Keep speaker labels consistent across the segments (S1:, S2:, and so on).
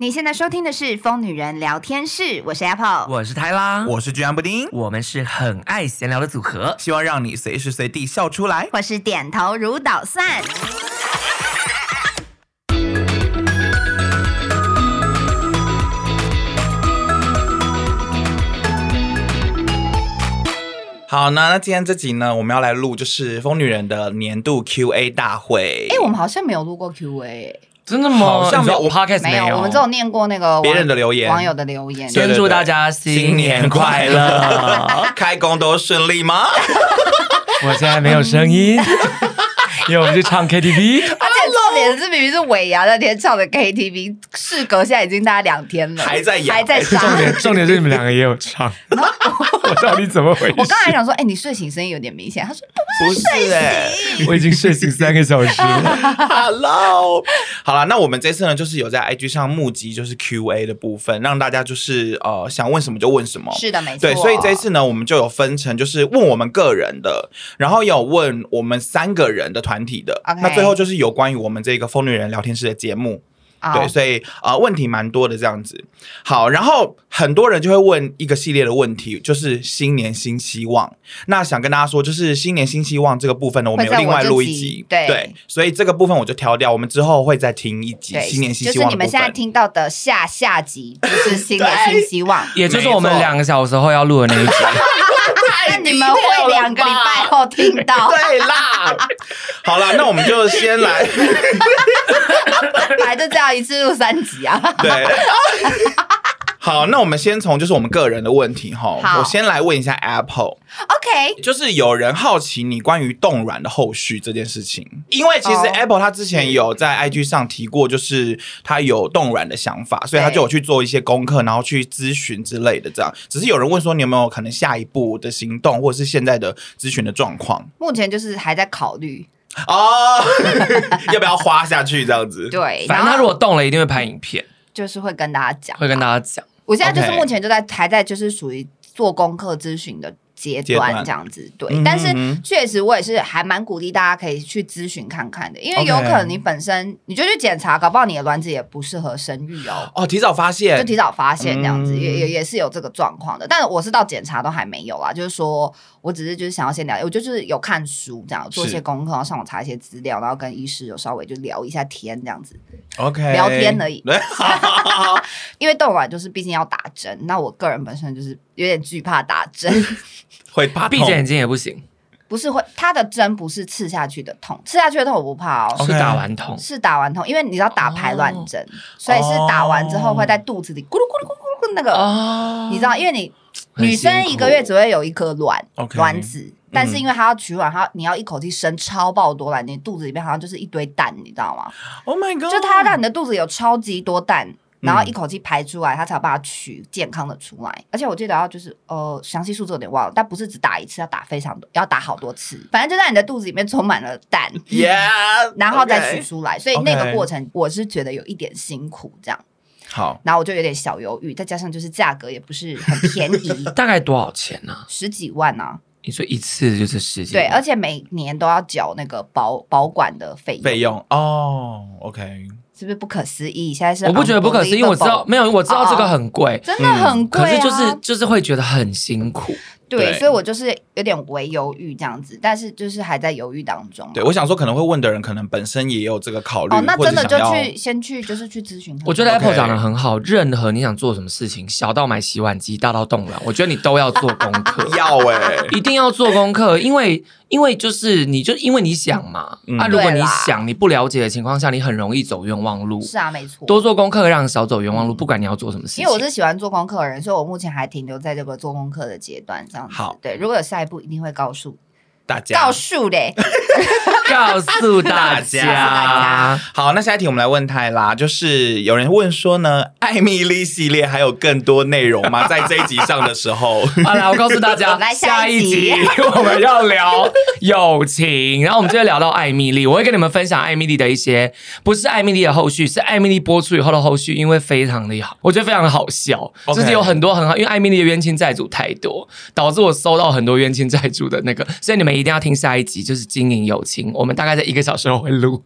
S1: 你现在收听的是《疯女人聊天室》，我是 Apple。
S2: 我是泰拉，
S3: 我是居安布丁，
S2: 我们是很爱闲聊的组合。
S3: 希望让你随时随地笑出来。
S1: 或是点头如捣蒜。
S3: 好呢，那今天这集呢，我们要来录就是疯女人的年度 Q&A 大会。
S1: 哎、我们好像没有录过 Q&A，
S2: 真的
S3: 好像
S2: 你说
S3: 没有
S2: 我 podcast
S1: 没
S2: 有，
S1: 我们只有念过那个网
S3: 别人的留言
S1: 网友的留言。
S3: 对
S2: 先祝大家
S3: 新年快
S2: 乐。
S3: 乐，开工都顺利 吗？
S2: 我现在没有声音， 因为我们去唱 KTV。
S1: 而且重点是，明明是尾牙那天唱的 KTV，事隔现在已经大概两天了，
S3: 还在演
S1: 还在杀。
S4: 重点重点是你们两个也有唱，我到底怎么回
S1: 我
S4: 事？
S1: 刚才想说，哎、你睡醒声音有点明显。他说，
S3: 不是哎、
S4: 我已经睡醒三个小时了，
S3: Hello，好了，那我们这次呢，就是有在 IG 上募集就是 Q&A 的部分，让大家就是呃想问什么就问什么。
S1: 是的，没错。
S3: 哦对，所以这次呢，我们就有分成，就是问我们个人的，然后有问我们三个人的团体的
S1: OK
S3: 那最后就是有关于我们这个疯女人聊天室的节目。
S1: 好
S3: 对，所以啊、呃问题蛮多的这样子。好，然后很多人就会问一个系列的问题，就是新年新希望。那想跟大家说，就是新年新希望这个部分呢，我们有
S1: 会在
S3: 另外
S1: 我这
S3: 录一
S1: 集
S3: 集，
S1: 对
S3: 所以这个部分我就挑掉，我们之后会再听一集
S1: 对，
S3: 新年新
S1: 就
S3: 希
S1: 是
S3: 望
S1: 你
S3: 的
S1: 们
S3: 部
S1: 现在
S3: 分。
S1: 听到的下下集，就是新年新希望。
S2: 也就是我们两个小时后要录的那一集。
S1: 那你们会两个礼拜后听 到，
S3: 对 啦，好了，那我们就先来，
S1: 本 来就这样一次录三集啊。
S3: 对。 好，那我们先从就是我们个人的问题哈
S1: 好，
S3: 我先来问一下 Apple。
S1: OK，
S3: 就是有人好奇你关于冻卵的后续这件事情，因为其实
S1: 哦
S3: Apple 它之前有在 IG 上提过，就是它有冻卵的想法，所以它
S1: 对
S3: 就有去做一些功课，然后去咨询之类的。这样，只是有人问说你有没有可能下一步的行动，或者是现在的咨询的状况
S1: 目前就是还在考虑，
S3: 哦， 要不要花下去这样子？
S1: 对，
S2: 反
S1: 然
S2: 正他
S1: 后
S2: 如果动了，一定会拍影片，
S1: 就是会跟大家讲，
S2: 会跟大家讲。
S1: 我现在就是
S3: OK
S1: 目前就在还在就是属于做功课咨询的阶
S3: 阶
S1: 段
S3: 段
S1: 这样子，对。
S3: 嗯哼
S1: 但是
S3: 嗯哼
S1: 确实我也是还蛮鼓励大家可以去咨询看看的，因为
S3: OK
S1: 有可能你本身你就去检查，搞不好你的卵子也不适合生育哦。
S3: 哦，提早发现，
S1: 就提早发现这样子，
S3: 嗯
S1: 也也也是有这个状况的。但我是到检查都还没有啦，就是说我只是就是想要先了解，我就是有看书这样，做一些
S3: 是
S1: 功课，然后上网查一些资料，然后跟医师有稍微就聊一下天这样子。
S3: OK
S1: 聊天而已
S3: 对，好好好好
S1: 因为冻卵就是毕竟要打针，那我个人本身就是有点惧怕打 针，
S3: 会怕
S2: 闭着眼
S3: 痛。
S2: 睛也不行，
S1: 不是会它的针不是刺下去的痛，刺下去的痛我不怕哦。
S3: OK
S2: 是打完痛。哦
S1: 是打完痛，因为你知道打排卵针，所以是打完之后会在肚子里咕噜咕噜咕噜咕噜那个，
S2: 哦
S1: 你知道，因为你
S2: 很
S1: 女生
S2: 辛苦嗯
S1: 一个月只会有一颗卵
S3: OK
S1: 卵子，但是因为她要取卵，她要你要一口气生超爆多卵，你肚子里面好像就是一堆蛋，你知道吗？
S3: Oh my
S2: 哦
S3: god！
S1: 就它要让你的肚子有超级多
S2: 嗯
S1: 蛋，然后一口气排出来，它才有办法取健康的出来。而且我记得要就是呃，详细数字有点忘了，但不是只打一次，要打非常多，要打好多次。反正就在你的肚子里面充满了蛋
S3: Yeah，
S1: 然后再取
S3: OK
S1: 出来，所以那个
S3: OK
S1: 过程我是觉得有一点辛苦，这样，
S3: 好，
S1: 然后我就有点小犹豫，再加上就是价格也不是很便
S2: ，
S1: 宜
S2: 大概多少钱呢、
S1: 十几万啊，
S2: 你说一次就是十几
S1: 对，
S2: 万？
S1: 而且每年都要缴那个保保管的费用，
S3: 费用哦，OK。
S1: 是不是不可思议？现在是
S2: 我不觉得不可思议，因为我知道
S1: unbelievable
S2: 没有，我知道这个很贵，
S1: 真的很贵、啊
S2: 可是就是就是会觉得很辛苦。
S1: 对，
S3: 对
S1: 所以我就是有点微犹豫这样子，但是就是还在犹豫当中。啊
S3: 对，我想说可能会问的人，可能本身也有这个考虑，
S1: 哦，那
S3: 或者
S1: 真的
S3: 想
S1: 就
S3: 要
S1: 去先去就是去咨询看看。
S2: 我觉得
S3: OK，
S2: Apple 讲的很好，任何你想做什么事情，小到买洗碗机，大到冻卵，我觉得你都要做功 课
S3: 要哎、
S2: 一定要做功课，因为因为就是你就因为你想嘛，
S3: 嗯
S2: 啊，如果
S1: 对
S2: 你
S1: 啦
S2: 想你不了解的情况下，你很容易走冤枉路。
S1: 是啊，没错。
S2: 多做功课，让你少走冤枉路，不管你要做什么事情。
S1: 因为我是喜欢做功课的人，所以我目前还停留在这个做功课的阶段，这样子。
S3: 好
S1: 对，如果有下一步，一定会告诉
S3: 大家
S1: 告诉 嘞。
S2: 告诉
S3: 大
S2: 大
S3: 家
S2: 家，
S3: 好，那下一题我们来问泰拉，就是有人问说呢， 艾米丽系列还有更多内容 吗？在这一集上的时候，
S2: 好啦，我告诉大家，
S1: 来下
S2: 下
S1: 一
S2: 一
S1: 集
S2: 集 我们要聊友情，然后我们就会聊到艾米丽，我会跟你们分享艾米丽的一些，不是艾米丽的后续，是艾米丽播出以后的后续，因为非常的好，我觉得非常的好笑，
S3: OK
S2: 就是有很多很好，因为艾米丽的冤亲债主太多，导致我收到很多冤亲债 主的那个，所以你们一定要听下一集，就是经营友情，我们大概在一个小时后会录，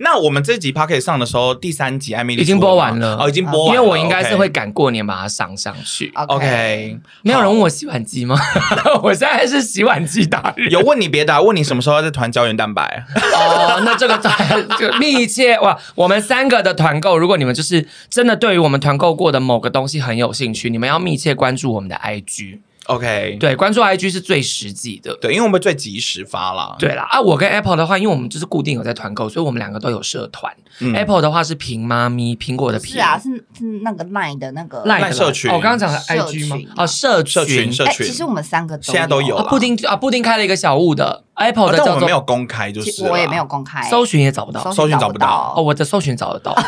S3: 那我们这集 p o c k e t 上的时候，第三集艾米丽
S2: 已经
S3: 出
S2: 播
S3: 吗
S2: 完了
S3: 哦，已经播
S2: 因
S3: 完了，
S2: 为我应该是
S3: OK 啊
S2: 会赶过年把它上上去。
S3: OK。
S2: 没有人问我洗碗机吗？ 我现在是洗碗机达人。
S3: 有问你别啊答，问你什么时候要再团胶原蛋白？
S2: 哦，那这个团就密切哇，我们三个的团购，如果你们就是真的对于我们团购过的某个东西很有兴趣，你们要密切关注我们的 IG，
S3: OK，
S2: 对，关注 IG 是最实际的。
S3: 对，因为我们最及时发啦。
S2: 对啦，啊，我跟 Apple 的话，因为我们就是固定有在团购，所以我们两个都有社团。
S3: 嗯
S2: Apple 的话是平妈咪，苹果的苹，
S1: 是啊，是是那个卖的那个
S2: 赖
S3: 赖社群
S2: 哦我刚刚讲的 IG
S1: 社群啊
S2: 吗？哦，社群，
S3: 社群社
S1: 哎，
S3: 群
S1: 其实我们三个
S3: 现在都有
S2: 哦
S3: 啦
S2: 布丁啊，布丁开了一个小物的 Apple
S3: 哦
S2: 的
S3: 但我
S2: 叫
S3: 们没有
S2: 做
S3: 公开，就
S1: 其
S3: 是
S1: 实我也
S3: 啦
S1: 没有公开
S2: 搜寻也找不到。
S3: 搜寻
S1: 寻
S3: 找不
S1: 不
S3: 到
S2: 哦，我的搜寻找得到，
S3: 哦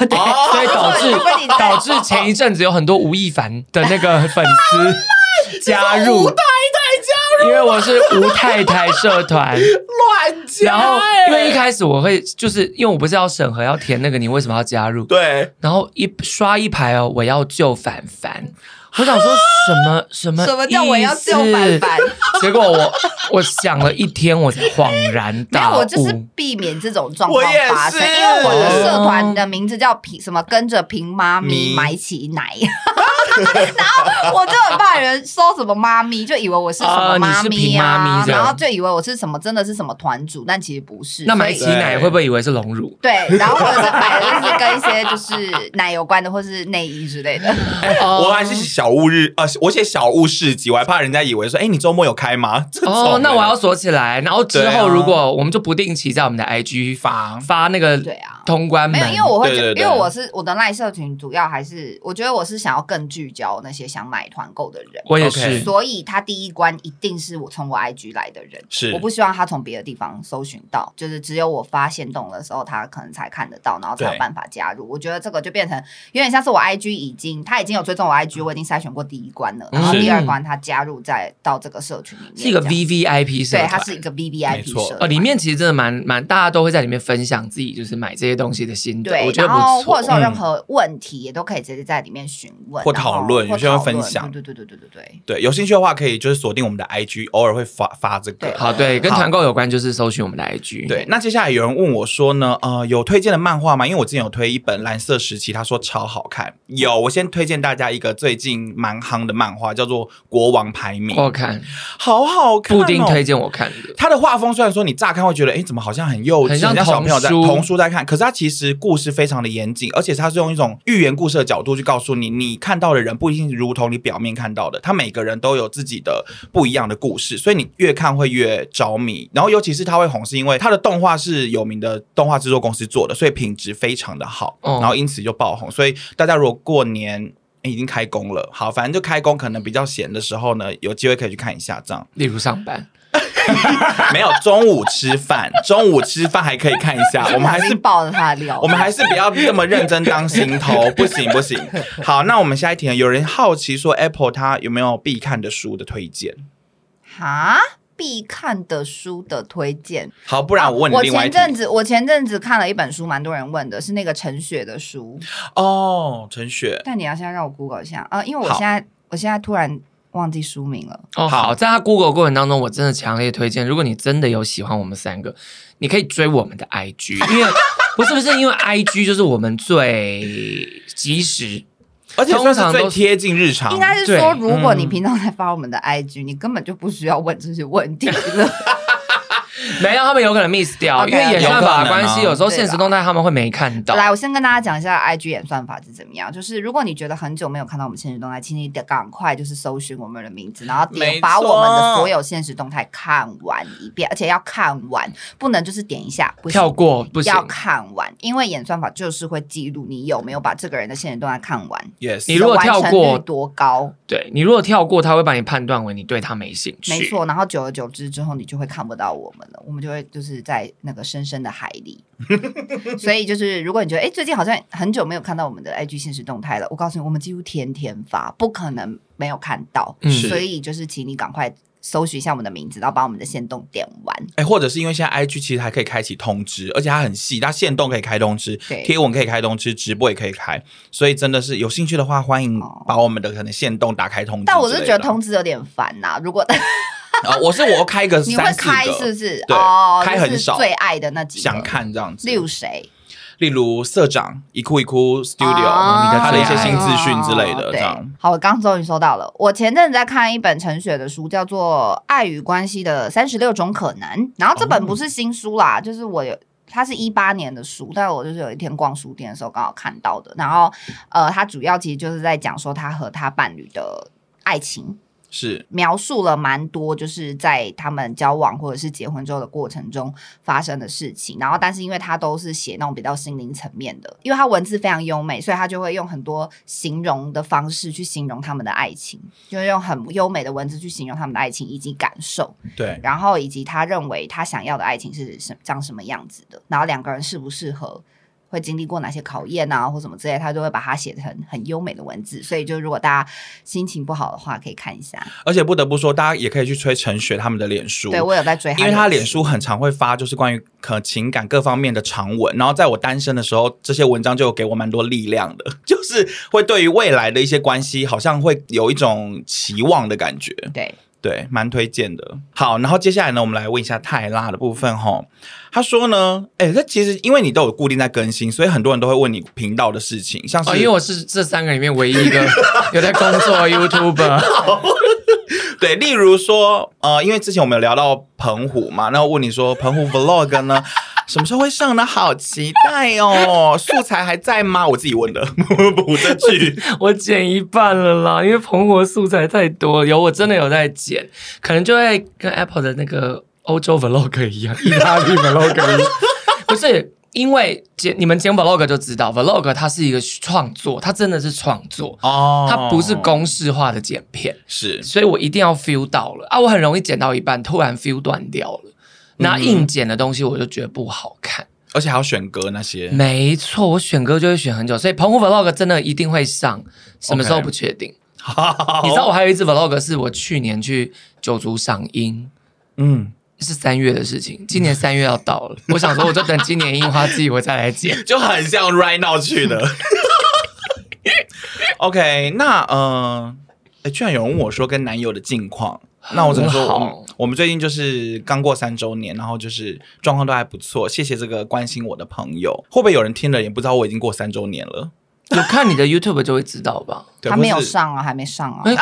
S2: 所以导致
S1: 如 果你在
S2: 导致前一阵子有很多吴亦凡的那个粉 丝加入，
S3: 吴太
S1: 啊
S2: 太加入，因为我是吴太太社 团，
S3: 乱
S2: 然后
S3: 欸
S2: 因为一开始我会就是因为我不是要审核要填那个你为什么要加 入，
S3: 对
S2: 然后一刷一排哦，我要救凡凡，我想说什么什么
S1: 什么叫我要救凡凡
S2: 意思？ 结果我我想了一天，我才恍然
S1: 没
S2: 大
S1: 有，
S2: 悟。
S1: 我就是避免这种状况
S3: 我也是
S1: 发生，因为我的社团的名字叫平什么，跟着平妈咪
S3: 咪
S1: 买起奶， 然后我就很怕人搜什么妈咪，就以为我是什么妈
S2: 啊你是
S1: 咪
S2: 平妈
S1: 啊
S2: 咪，这样
S1: 然后就以为我是什么真的是什么团主，但其实不是。
S2: 那买
S1: 买
S2: 起奶会不会以为是隆乳？
S1: 对，然后或者是买的就是跟一些就是奶有关的，或是内衣之 类的。
S3: 哎
S2: 哦
S3: 我还是小物日啊，我写小物市集，我还怕人家以为说，哎，你周末有开吗？ 这种啊
S2: 哦
S3: 的，
S2: 那我要锁起来，然后之
S3: 对啊
S2: 后如果我们就不定期在我们的 IG
S3: 发
S2: 发那个
S1: 对啊
S2: 通关
S1: 没
S2: 门，
S1: 有，因为我会觉
S3: 对
S1: 得，
S3: 对对
S1: 因为我是我的赖社群，主要还是我觉得我是想要更聚焦那些想买团购的人。
S2: 我也
S3: OK
S2: 是。
S1: 所以他第一关一定是我从我 IG 来的人，
S3: 是
S1: 我不希望他从别的地方搜寻到，就是只有我发现动的时候，他可能才看得到，然后才
S3: 对
S1: 有办法加入。我觉得这个就变成有点像是我 IG 已经他已经有追踪我 IG，我已经筛选过第一关了，然后
S2: 是
S1: 第二关他加入再到这个社群里面，
S2: 是一个
S1: 这样
S2: V V I P 社
S1: 对，
S2: 团，
S1: 它是一个 V V I
S3: 没
S1: P
S3: 错
S1: 社
S2: 哦，
S1: 团
S2: 里面其实真的蛮蛮，大家都会在里面分享自己就是买这些东西的心得，
S1: 对
S2: 我，觉得
S1: 然
S2: 不
S1: 后或
S2: 错
S1: 者。是有任
S3: 嗯
S1: 何问题，也都可以直接在里面询问
S3: 或
S1: 然后
S3: 讨论
S1: 或
S3: 有些会
S1: 讨
S3: 分
S1: 论
S3: 享
S1: 对对对对对对
S3: 对，有兴趣的话可以就是锁定我们的 IG，偶尔会发发这个
S1: 对。
S2: 好，对，跟团购有关就是搜寻我们的 IG。
S3: 对，，那接下来有人问我说呢，呃，有推荐的漫画吗？因为我之前有推一本《蓝色时期》，他说超好看。有，我先推荐大家一个最近蛮夯的漫画，叫做《国王排名》，
S2: 我看
S3: 好好看、哦。
S2: 哦布丁推荐我看的，
S3: 他的画风虽然说你乍看会觉得，哎，怎么好像很幼稚，
S2: 很像
S3: 小朋友在
S2: 童书
S3: 童书在看，可是他其实故事非常的严谨，而且他是用一种寓言故事的角度去告诉你，你看到的人不一定如同你表面看到的，他每个人都有自己的不一样的故事，所以你越看会越着迷。然后尤其是他会红，是因为他的动画是有名的动画制作公司做的，所以品质非常的好，
S2: 哦
S3: 然后因此就爆红。所以大家如果过年。诶已经开工了，好，反正就开工，可能比较闲的时候呢，有机会可以去看一下这样。
S2: 例如上班，
S3: 没有中午吃饭， 中午吃饭还可以看一 下，我们还
S1: 已
S3: 是
S1: 经爆了他的料，
S3: 我们还是不要这么认真当行 头，不行不行。好，那我们下一题呢？有人好奇说，Apple 它有没有必看的书的推荐？
S1: 哈。必看的书的推荐，
S3: 好，不然我问你
S1: 哦我
S3: 另外一
S1: 前
S3: 题
S1: 阵子我前阵子看了一本书，蛮多人问的，是那个陈雪的书。
S3: 哦，陈雪，
S1: 但你要先让我 Google 一下啊、呃因为我
S3: 好啊
S1: 现在我现在突然忘记书名了。
S2: 哦，
S3: 好
S2: 好，在他 Google 过程当中，我真的强烈推荐，如果你真的有喜欢我们三个，你可以追我们的 IG，因为不是不是因为 IG 就是我们最及时，
S3: 而且算是
S2: 通常
S3: 最
S2: 都是
S3: 贴近日常
S1: 应。该是说，
S2: 对
S1: 如果你
S3: 嗯
S1: 平常在发我们的 IG，、你根本就不需要问这些问题了。
S2: 没有他们有可能 miss 掉，
S1: OK，
S2: 因为演算法的关系，
S3: 有可能啊
S2: 有时候现实动态他们会没看到。
S1: 来，我先跟大家讲一下 IG 演算法是怎么样。就是如果你觉得很久没有看到我们现实动态，请你得赶快就是搜寻我们的名字，然后
S3: 没
S1: 点把我们的
S3: 错
S1: 所有现实动态看完一遍，而且要看完，不能就是点一下不行
S2: 跳过不行
S1: 要，看完，因为演算法就是会记录你有没有把这个人的现实动态看完。
S3: Yes，
S2: 你如果
S1: 完成
S2: 跳过
S1: 率多高？
S2: 对你如果跳过，他会把你判断为你对他没兴趣。
S1: 没错，然后久而久之之后，你就会看不到我们了，我们就会就是在那个深深的海 里。所以就是，如果你觉得哎、诶最近好像很久没有看到我们的 IG 现实动态了，我告诉你，我们几乎天天发，不可能没有看到。
S2: 嗯
S3: 是
S1: 所以就是，请你赶快搜寻一下我们的名字，然后把我们的线动点完。
S3: 哎，或者是因为现在 IG 其实还可以开启通知，而且它很细，它限动可以开通知，
S1: 对
S3: 贴文可以开通知，直播也可以开，所以真的是有兴趣的话，欢迎
S1: 哦
S3: 把我们的可能限动打开通知之类的。
S1: 但我是觉得通知有点烦呐、如果
S3: 啊，我是我开个
S1: 你会
S3: 三四
S1: 开
S3: 个，
S1: 是不是？
S3: 对
S1: 哦，
S3: 开
S1: 就
S3: 很
S1: 是
S3: 少
S1: 最爱的那几个
S3: 想看这样子。
S1: 例如谁？
S3: 例如社长一哭一哭 Studio、
S1: 啊
S3: 他的一些
S2: 最爱
S3: 新资讯之类的
S1: 哦
S3: 这
S1: 对
S3: 样。
S1: 好，我刚刚终于收到了。我前阵子在看一本陈雪的书，叫做《爱与关系的三十六种可能》，然后这本不是新书
S3: 嗯
S1: 啦，就是我有。它是一八年的书，但我就是有一天逛书店的时候刚好看到的。然后，呃，它主要其实就是在讲说他和他伴侣的爱情，
S3: 是
S1: 描述了蛮多，就是在他们交往或者是结婚之后的过程中发生的事情。然后，但是因为他都是写那种比较心灵层面的，因为他文字非常优美，所以他就会用很多形容的方式去形容他们的爱情，就是用很优美的文字去形容他们的爱情以及感受，
S3: 对，
S1: 然后以及他认为他想要的爱情是什长什么样子的，然后两个人适不适合。会经历过哪些考验啊，或什么之类，他就会把它写成很优美的文字。所以，就如果大家心情不好的话，可以看一下。
S3: 而且不得不说，大家也可以去催陈雪他们的脸书。
S1: 对我有在追他，
S3: 因为他脸书很常会发，就是关于可情感各方面的长文。然后在我单身的时候，这些文章就有给我蛮多力量的， 就是会对于未来的一些关系，好像会有一种期望的感觉。
S1: 对，
S3: 对，蛮推荐的。好，然后接下来呢，我们来问一下泰拉的部分吼。他说呢，哎，这其实因为你都有固定在更新，所以很多人都会问你频道的事情，像是、
S2: 哦，因为我是这三个里面唯一一 个有在工作的 YouTuber，
S3: 对，例如说，呃，因为之前我们有聊到澎湖嘛，然后问你说澎湖 Vlog 呢什么时候会上呢？好期待哦！素材还在吗？我自 己问的，补这句。
S2: 我剪一半了啦，因为澎湖的素材太多了，有我真的有在剪，可能就会跟 Apple 的那个欧洲 Vlog 一样，
S4: 意大利 vlog
S2: 不是因为剪你们剪 Vlog 就知道，Vlog 它是一个创作，它真的是创作。
S3: 哦
S2: 它不是公式化的剪片，
S3: 是
S2: 所以我一定要 feel 到了啊！我很容易剪到一半，突然 feel 断掉了，那硬剪的东西我就觉得不好看。
S3: 而且还要选歌那些。
S2: 没错，我选歌就会选很久，所以澎湖 vlog 真的一定会上，什么时候不确定。
S3: 哦
S2: 你知道我还有一支 vlog 是我去年去九族赏樱，
S3: 嗯，
S2: 是三月的事情，今年三月要到了，我想说我就等今年樱花季我再来剪。
S3: 就很像 Right Now 去的。OK，那嗯、呃，居然有人问我说跟男友的近况，那我只能说
S2: 很好
S3: 我们我们最近就是刚过三周年，然后就是状况都还不错，谢谢这个关心我的朋友。会不会有人听了也不知道我已经过三周年了？
S2: 有看你的 YouTube 就会知道吧？
S3: 对
S1: 他没有
S3: 或是
S1: 上啊，还没上啊，
S2: 哎，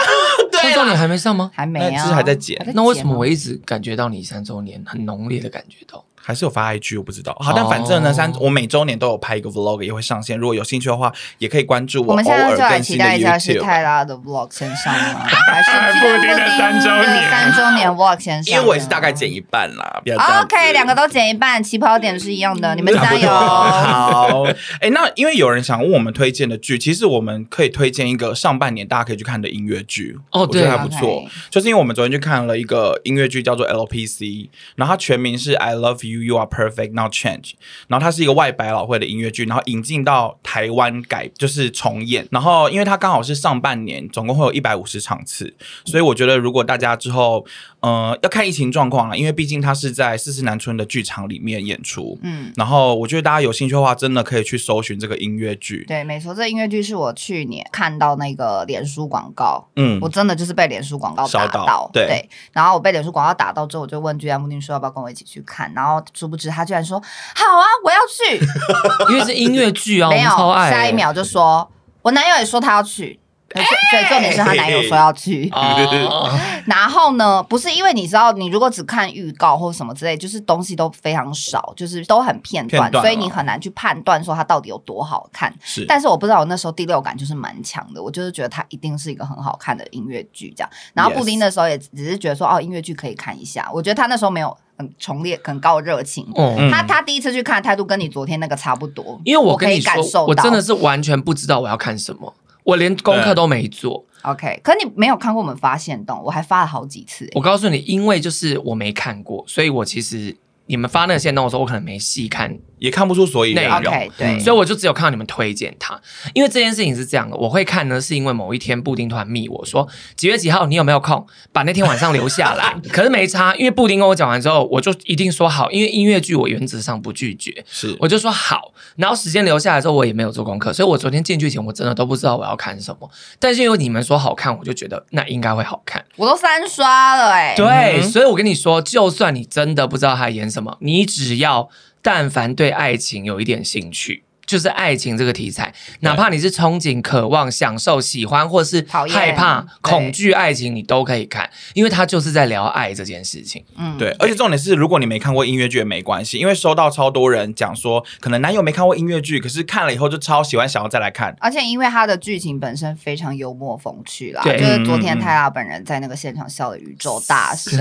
S2: 三周年还没上吗？
S1: 还没
S3: 那
S1: 啊，
S3: 这是还在剪
S1: 还啊
S2: 那为什么
S1: 吗
S2: 我一直感觉到你三周年很浓烈的感觉到？
S3: 还是有发 IG，我不知道。好，但反正呢，
S2: 哦
S3: 三我每周年都有拍一个 Vlog，也会上线。如果有兴趣的话，也可以关注
S1: 我们
S3: 偶
S1: 现在
S3: 尔
S1: 就来
S3: 更
S1: 期
S3: 新的
S1: 待一下是
S3: YouTube。
S1: 泰拉的 vlog 先上吗？还是
S4: 布丁的三周年
S1: 三周年 vlog 先上？
S3: 因为我也是大概剪。一半啦，不要这样子。
S1: OK，两个都减一半，起跑点是一样的，你们
S3: 差
S1: 加
S3: 不多
S1: 油！
S3: 好，哎，那因为有人想问我们推荐的剧，其实我们可以推荐一个上半年大家可以去看的音乐剧，
S2: 哦
S3: 我觉得
S2: 对
S3: 还不错
S1: OK。
S3: 就是因为我们昨天去看了一个音乐剧，叫做 LPC，然后它全名是 I Love You, You Are Perfect, Now Change，然后它是一个外百老汇的音乐剧，然后引进到台湾改就是重演，然后因为它刚好是上半年，总共会有一百五十场次，所以我觉得如果大家之后呃要看疫情状况了，因为毕竟它是在四四南村的剧场里面演出，
S1: 嗯，
S3: 然后我觉得大家有兴趣的话，真的可以去搜寻这个音乐剧。
S1: 对，没错，这音乐剧是我去年看到那个脸书广告，
S3: 嗯
S1: 我，真的就是被脸书广告打
S3: 烧到对
S1: 对。然后我被脸书广告打到之后，我就问居然布丁说要不要跟我一起去看，然后殊不知他居然说好啊，我要去。
S2: 因为是音乐剧啊，我
S1: 没
S2: 们
S1: 有，
S2: 超爱欸。
S1: 下一 秒就说，我男友也说他要去。所以所以重点是她男友说要 去，
S3: 啊
S2: 哦，
S1: 然后呢，不是因为你知道，你如果只看预告或什么之类，就是东西都非常少，就是都很片段，
S3: 片段
S1: 所以你
S3: 了
S1: 很难去判断说它到底有多好看。
S3: 是，
S1: 但是我不知道，我那时候第六感就是蛮强的，我就是觉得它一定是一个很好看的音乐剧这样。然后
S3: Yes
S1: 布丁那时候也只是觉得说，哦，音乐剧可以看一下。我觉得他那时候没有很强烈、很高热情。
S2: 嗯
S3: 嗯
S1: 他他第一次去看的态度跟你昨天那个差不多，
S2: 因为我跟
S1: 可
S2: 你
S1: 以
S2: 说
S1: 感受，到，
S2: 我真的是完全不知道我要看什么，我连功课都没做。
S1: OK，可你没有看过我们发现动，我还发了好几次、欸
S2: 我告诉你，因为就是我没看过，所以我其实你们发那个线动的时候，我可能没细看，
S3: 也看不出所以然。嗯
S2: 内容
S1: OK，对，
S2: 所以我就只有看到你们推荐它。因为这件事情是这样的，我会看呢，是因为某一天布丁突然密我说几月几号你有没有空，把那天晚上留下来。可是没差，因为布丁跟我讲完之后，我就一定说好，因为音乐剧我原则上不拒绝。
S3: 是，
S2: 我就说好，然后时间留下来之后，我也没有做功课，所以我昨天进去前我真的都不知道我要看什么。但是因为你们说好看，我就觉得那应该会好看。
S1: 我都三刷了哎、
S2: 对，
S3: 嗯
S2: 所以我跟你说，就算你真的不知道他演什么，你只要但凡对爱情有一点兴趣，就是爱情这个题材，哪怕你是憧憬、渴望、享受、喜欢，或是
S1: 讨厌
S2: 害怕、
S1: 对
S2: 恐惧爱情，你都可以看，因为它就是在聊爱这件事情。
S1: 嗯，
S3: 对，而且重点是，如果你没看过音乐剧也没关系，因为收到超多人讲说，可能男友没看过音乐剧，可是看了以后就超喜欢，想要再来看。
S1: 而且因为它的剧情本身非常幽默风趣啦，就
S2: 对
S1: 是昨
S3: 嗯
S1: 天
S3: 嗯嗯
S1: 泰拉本人在那个现场笑的宇宙大 声，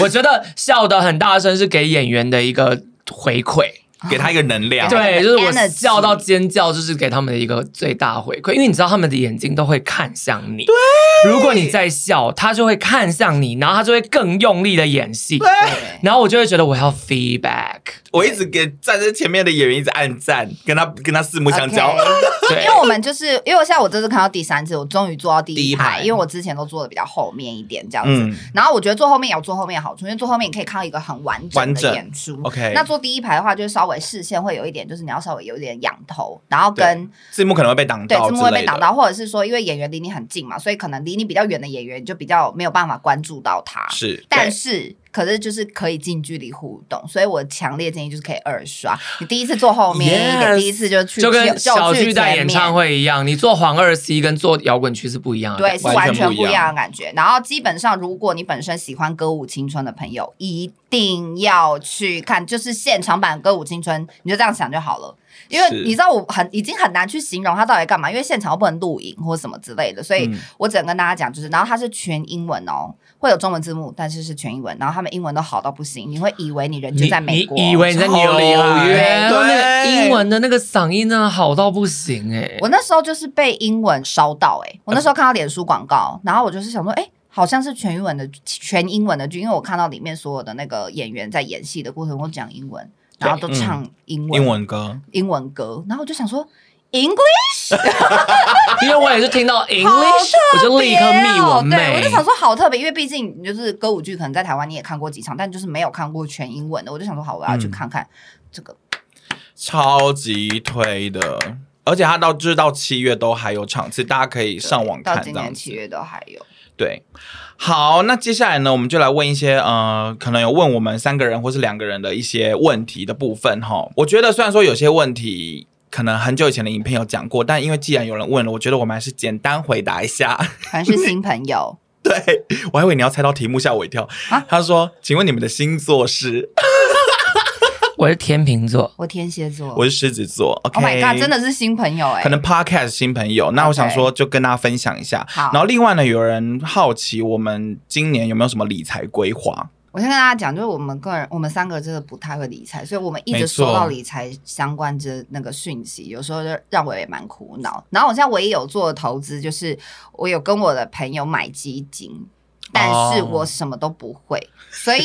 S2: 我觉得笑得很大声是给演员的一个回馈。
S1: 哦
S3: 给他一个能量，
S2: 对，就是我
S1: Energy
S2: 笑到尖叫，就是给他们的一个最大回馈，因为你知道他们的眼睛都会看向你。对，如果你在笑，他就会看向你，然后他就会更用力的演戏，
S1: 对
S2: 然后我就会觉得我要 feedback。
S3: 我一直给站在前面的演员一直暗赞，跟他跟他四目相交。
S1: 因
S2: 对
S1: 为，我们就是因为我像我这次看到第三次，我终于坐到第
S3: 第一
S1: 一排，
S3: 排
S1: 因为我之前都坐的比较后面一点这样子。
S3: 嗯
S1: 然后我觉得坐后面有坐后面的好处，因为坐后面你可以看到一个很完
S3: 完
S1: 整
S3: 整
S1: 的演出。
S3: ，OK，
S1: 那坐第一排的话，就是稍微视线会有一点，就是你要稍微有一点仰头，然后跟
S3: 字幕可能会被挡
S1: 对
S3: 到，
S1: 字幕会被挡。到，或者是说因为演员离你很近嘛，所以可能离你比较远的演员你就比较没有办法关注到他。
S3: 是，
S1: 但
S3: 对
S1: 是可是就是可以近距离互动，所以我强烈建议就是可以二刷。你第一次坐后面
S3: Yes
S1: 一点，第一次就去
S2: 就跟
S1: 去
S2: 小巨蛋
S1: 前
S2: 演
S1: 面
S2: 唱会一样，你做黄二 C 跟做摇滚区是不一样的感
S1: 对，
S2: 觉。
S1: 是完
S3: 全
S1: 全
S3: 不一
S1: 不一
S3: 样
S1: 样的感觉。然后基本上，如果你本身喜欢歌舞青春的朋友，一定要去看，就是现场版歌舞青春，你就这样想就好了。因为
S3: 是
S1: 你知道我很已经很难去形容它到底干嘛，因为现场又不能录影或什么之类的，所以
S3: 嗯
S1: 我只能跟大家讲，就是然后它是全英文哦，会有中文字幕，但是是全英文，然后他们英文都好到不行，你会以为你人就
S2: 你
S1: 在美
S2: 你
S1: 国，
S2: 以为你在纽
S3: 超厉害
S2: 约，
S3: 对
S2: 那个英文的那个嗓音真的好到不行哎、
S1: 我那时候就是被英文烧到哎、欸我那
S3: 嗯
S1: 时候看到脸书广告，然后我就是想说，哎、好像是全英文的全英文的剧，因为我看到里面所有的那个演员在演戏的过程中讲英文，然后都唱英文、
S3: 嗯英文歌，
S1: 英文歌，然后我就想说，English
S2: 因为我也是听到 English，、我就立刻密
S1: 哦
S2: 哦我
S1: 对，
S2: 妹
S1: 我就。想说好特别，因为毕竟就是歌舞剧，可能在台湾你也看过几场，但就是没有看过全英文的，我就想说好，我要去
S3: 嗯
S1: 看看这个。
S3: 超级推的。而且它到就是到七月都还有场次，大家可以上网
S1: 到
S3: 看这
S1: 今
S3: 样
S1: 年
S3: 子
S1: 七。月都还有。
S3: 对，好，那接下来呢，我们就来问一些呃，可能有问我们三个人或是两个人的一些问题的部分哈。我觉得虽然说有些问题可能很久以前的影片有讲过，但因为既然有人问了，我觉得我们还是简单回答一下。
S1: 可能是新朋友，
S3: 对我还以为你要猜到题目，吓我一跳。
S1: 啊
S3: 他说：“请问你们的星座是？呃
S2: 我是天秤座，
S1: 我天蝎座
S3: 我是狮子座。OK
S1: ，Oh my god，真的是新朋友哎、
S3: 可能 Podcast 新朋友，那我
S1: OK
S3: 想说就跟大家分享一下。
S1: 好
S3: 然后另外呢，有人好奇我们今年有没有什么理财规划？
S1: 我先跟大家讲，就是我们个人，我们三个真的不太会理财，所以我们一
S3: 没
S1: 直
S3: 错
S1: 收到理财相关的那个讯息，有时候就让我也蛮苦恼。然后我现在唯一有做的投资，就是我有跟我的朋友买基金。但是
S3: 哦
S1: 我什么都不会所以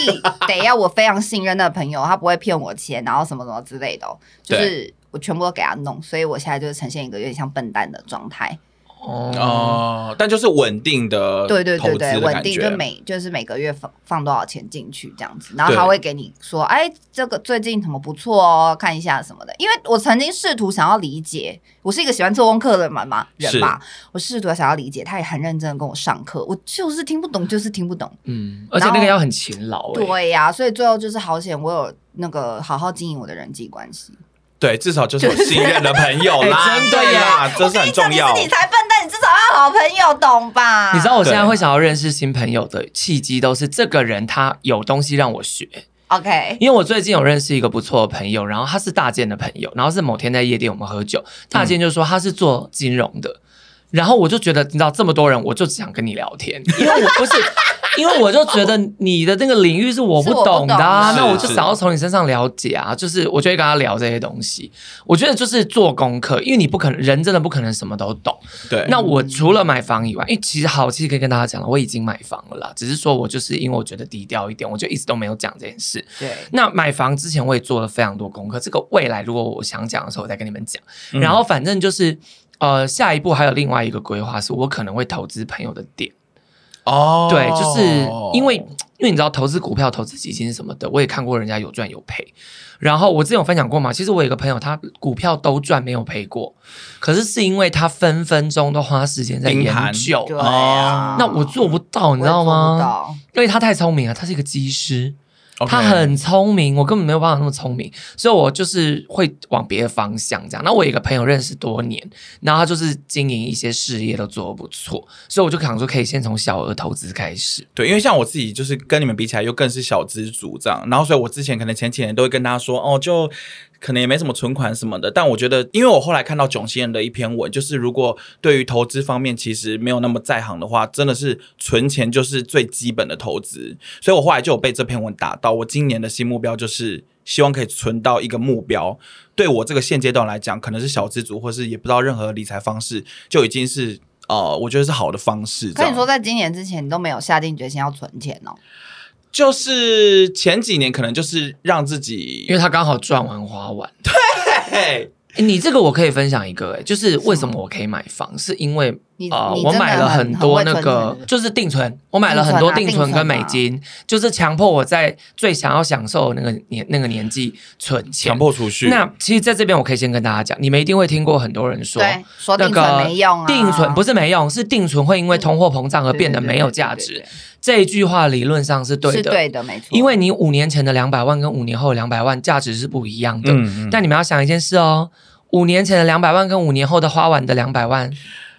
S1: 得要我非常信任的朋友，他不会骗我钱，然后什么什么之类的哦、就
S3: 对
S1: 是我全部都给他弄，所以我现在就是呈现一个有点像笨蛋的状态。
S2: 哦，
S3: 哦，但就是稳定的
S1: 对对对对，
S3: 呃投资的
S1: 稳
S3: 感
S1: 定
S3: 觉啊
S1: 就每就是每个月放放多少钱进去这样子，然后
S3: 对
S1: 他会给你说，哎，这个最近什么不错哦，看一下什么的。因为我曾经试图想要理解，我是一个喜欢做功课的人嘛嘛人嘛，我试图想要理解，他也很认真的跟我上课，我就是听不懂，就是听不懂。
S2: 嗯，而且那个要很勤劳、欸，
S1: 对呀、所以最后就是好险，我有那个好好经营我的人际关系。
S3: 对，至少就是有信任的朋友 啦，
S2: 哎真的
S3: 对
S2: 耶
S3: 啦，这是很重要
S1: 你。是你才笨蛋，你至少要好朋友懂吧？
S2: 你知道我现在会想要认识新朋友的契机，都是这个人他有东西让我学。
S1: ？OK，
S2: 因为我最近有认识一个不错的朋友，然后他是大健的朋友，然后是某天在夜店我们喝酒，大健就说他是做金融的，然后我就觉得你知道这么多人，我就只想跟你聊天，因为我不是。因为我就觉得你的那个领域是我不懂的、啊，
S1: 是
S2: 那
S3: 我不懂的
S2: 我就想要从你身上了解啊，就是我就会跟他聊这些东西。我觉得就是做功课，因为你不可能人真的不可能什么都懂，
S3: 对，
S2: 那我除了买房以外，因为其实好，其实可以跟大家讲了，我已经买房了啦，只是说我就是因为我觉得低调一点，我就一直都没有讲这件事。
S1: 对，
S2: 那买房之前我也做了非常多功课，这个未来如果我想讲的时候，我再跟你们讲。然后反正就是。呃，下一步还有另外一个规划，是我可能会投资朋友的店。
S3: 哦，
S2: 对，就是因为因为你知道投资股票、投资基金什么的，我也看过人家有赚有赔。然后我之前有分享过嘛，其实我有一个朋友，他股票都赚没有赔过，可是是因为他分分钟都花时间在
S3: 盯盘
S2: 研究。
S1: 对
S3: 哦
S1: 啊，
S2: 那我做不到，
S1: 我
S2: 你
S1: 也
S2: 知
S1: 做
S2: 道
S1: 不
S2: 吗？
S1: 到
S2: 因为他太聪明了，他是一个技师，
S3: 哦 OK
S2: 他很聪明，我根本没有办法那么聪明，所以我就是会往别的方向这样。那我有一个朋友认识多年，然后他就是经营一些事业都做得不错，所以我就想说可以先从小额投资开始。
S3: 对，因为像我自己就是跟你们比起来，又更是小资族这样。然后，所以我之前可能前几年都会跟大家说，哦，就可能也没什么存款什么的。但我觉得，因为我后来看到囧星人的一篇文，就是如果对于投资方面其实没有那么在行的话，真的是存钱就是最基本的投资。所以我后来就有被这篇文打到。我今年的新目标就是希望可以存到一个目标，对我这个现阶段来讲，可能是小资族，或是也不知道任何理财方式，就已经是。呃，我觉得是好的方式。这
S1: 跟
S3: 样。
S1: 你说，在今年之前你都没有下定决心要存钱哦。
S3: 就是前几年可能就是让自己，
S2: 因为他刚好赚完花完。
S3: 嘿
S2: 诶你这个我可以分享一个、诶就是为什么我可以买房，是因为
S1: 你
S2: 啊、
S1: 你
S2: 我
S1: 真的
S2: 买了
S1: 很
S2: 多那
S1: 很会
S2: 个
S1: 存钱
S2: 就是定存，我买了很
S1: 啊
S2: 多定存跟美金，就是强迫我在最想要享受的那个年那个年纪存钱
S3: 强。迫储蓄。
S2: 那其实在这边我可以先跟大家讲，你们一定会听过很多人说。
S1: 对，说
S2: 那
S1: 定存
S2: 个
S1: 没用啊，
S2: 定存不
S1: 是
S2: 是没用，是定存会因为通货膨胀而变得没有价值。，这一句话理论上是
S1: 对对对对对
S2: 对
S1: 对是对
S2: 的，
S1: 的，没错。
S2: 因为你五年前的两百万跟五年后的两百万价值是不一样的。
S3: 嗯，嗯
S2: 但你们要想一件事哦，五年前的两百万跟五年后的花完的两百万，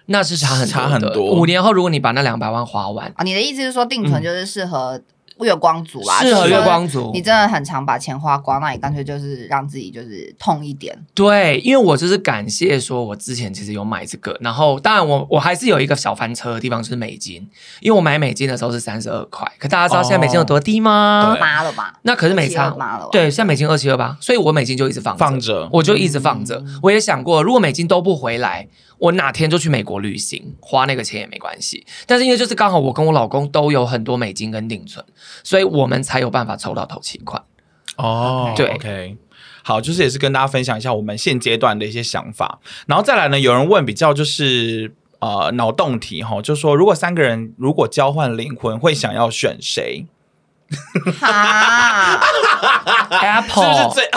S2: 那是差很多的
S3: 差很多
S2: 五年后，如果你把那两百万花完，
S1: 啊，你的意思是说定存就是适合月光族啦，
S2: 嗯适合
S1: 就是
S2: 月
S1: 说
S2: 光族
S1: 你。真的很常把钱花光，那你干脆就是让自己就是痛一点。
S2: 对，因为我就是感谢说，我之前其实有买这个，然后当然我我还是有一个小翻车的地方，就是美金，因为我买美金的时候是三十二块，可大家知道现在美金有多低吗？
S3: 哦对
S1: 妈了吧，
S2: 那可是美
S1: 差
S2: 差
S1: 妈了吧，
S2: 对，现在美金二七二八，所以我美金就一直放
S3: 放着，
S2: 我就一直放着。
S3: 嗯
S2: 我也想过，如果美金都不回来，我哪天就去美国旅行，花那个钱也没关系。但是因为就是刚好我跟我老公都有很多美金跟定存，所以我们才有办法筹到头期款。
S3: 哦，
S2: 对
S3: ，OK。好，就是也是跟大家分享一下我们现阶段的一些想法，然后再来呢，有人问比较就是呃脑洞题哈，就说如果三个人如果交换灵魂，会想要选谁？
S1: 哈，
S3: 是不
S2: Apple，
S3: 是最？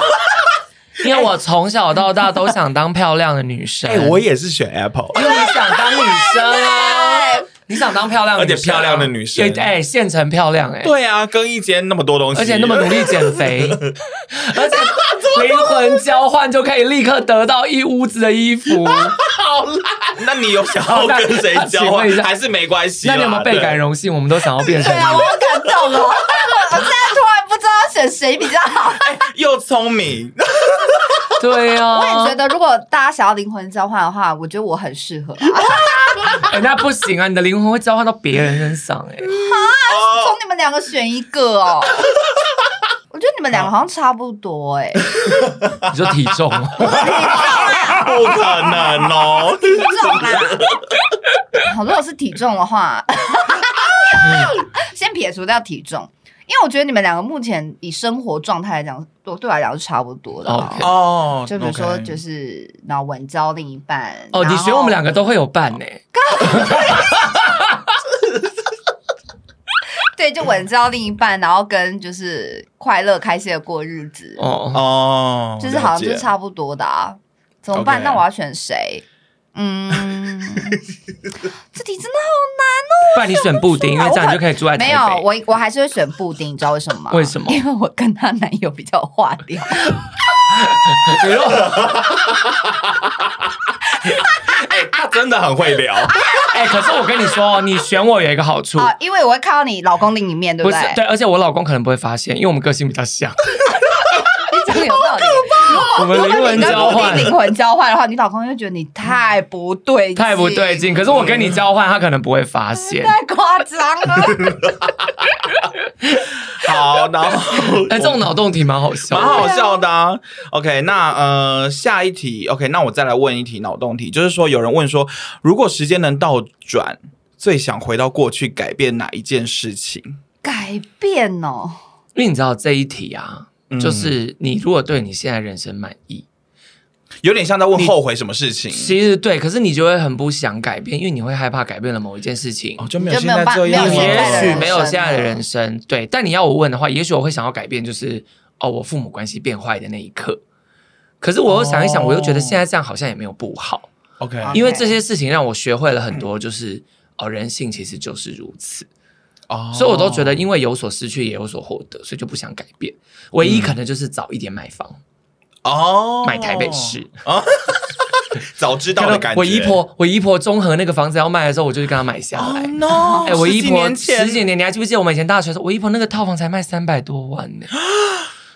S2: 因为我从小到大都想当漂亮的 女生。
S3: 哎，我也是选 Apple，
S2: 因为你想当女生 啊，你想当漂亮的女生啊，
S3: 而且漂亮的女生
S2: 哎、现成漂亮哎、
S3: 对啊，更衣间那么多东西，
S2: 而且那么努力减肥，而且灵魂交换就可以立刻得到一屋子的衣 服。
S3: 好烂， 那你有想要跟谁交
S2: 哦那请问
S3: 换
S2: 一，下
S3: 还是没关系啦？
S2: 那你有没有倍
S3: 啊对
S2: 感荣幸？我们都想要变 成
S1: 对
S2: 你
S1: 啊，我好感动哦， 我现在突然不知道选谁比较好。
S3: 哎又聪明，
S2: 对啊，
S1: 我也觉得，如果大家想要灵魂交换的话，我觉得我很适合啊。
S2: 哎那不行啊，你的灵魂会交换到别人身上 哎、
S1: 从你们两个选一个哦。 我觉得你们两个好像差不多 哎、
S2: 你说体重哦吗？
S3: 不可能哦！
S1: 体重啊。好，如果是体重的话，
S2: 嗯
S1: 先撇除掉体重，因为我觉得你们两个目前以生活状态来讲，对对我来讲是差不多的啊。
S2: OK
S3: 哦
S1: 就比如说，
S3: OK
S1: 就是然后稳交另一半。
S2: 哦，你选我们两
S1: 个，
S2: 个都会有伴哎、
S1: 对，就稳交另一半，然后跟就是快乐开心的过日子，
S2: 哦，
S3: 哦，
S1: 就是好像
S3: 了
S1: 是
S3: 解
S1: 差不多的啊。怎么办
S3: OK
S1: 那我要选谁？ 嗯，这题真的
S2: 不然你选 布丁，因为这样你就可以住在台北。
S1: 没有，我我还是会选布丁，你知道为什么吗？
S2: 为什么
S1: 因为我跟她男友比较化 掉，
S2: 你说
S3: 哎，他真的很会聊，
S2: 哎、可是我跟你说，你选我有一个好处。
S1: 啊，因为我会看到你老公另一面，对
S2: 不是
S1: 对？
S2: 对，而且我老公可能不会发现，因为我们个性比 较像，
S1: 你讲的有道理。
S2: 我们灵
S1: 如果
S2: 魂
S1: 你跟
S2: 交
S1: 布
S2: 换
S1: 丁灵魂交换的话，你老公就觉得你太不对劲，
S2: 太不对劲。可是我跟你交换，他可能不会发现。
S3: 嗯
S1: 太夸张 了。
S3: 好，然后
S2: 哎、这种脑洞题蛮好笑
S3: 蛮
S2: 的，
S3: 好笑的、啊。OK，那呃，下一题，OK，那我再来问一题脑洞题，就是说有人问说，如果时间能倒转，最想回到过去改变哪一件事情？
S1: 改变哦，
S2: 因为你知道这一题啊，
S3: 嗯
S2: 就是你如果对你现在人生满意，
S3: 有点像在问后悔什么事情。
S2: 其实对，可是你就会很不想改变，因为你会害怕改变了某一件事情。
S3: 哦，就没
S1: 就
S3: 有
S1: 没
S3: 现
S1: 有
S3: 在
S1: 办
S3: 这
S1: 没有
S3: 样
S1: 现在的
S2: 也许
S1: 人
S2: 没有现在的人
S1: 生啊
S2: 生，对。但你要我问的话，也许我会想要改变，就是哦，我父母关系变坏的那一刻。可是我又想一想，
S3: 哦
S2: 我又觉得现在这样好像也没有不好，
S3: OK，
S1: 啊
S2: 哦因为这些事情让我学会了很多，就是哦，人性其实就是如此。
S3: 哦
S2: 所以我都觉得，因为有所失去，也有所获得，所以就不想改变。唯一可能就是早一点买房，
S3: 哦，
S2: 买台北市。
S3: 早知道的感觉。哦
S2: 我姨婆，我姨婆中和那个房子要卖的时候，我就去跟她买下来。
S3: no！
S2: 哎、我
S3: 哦十
S2: 姨
S3: 几
S2: 婆
S3: 年前
S2: 十几年，你还记不记得我们以前大学的时候，我姨婆那个套房才卖三百多万 呢、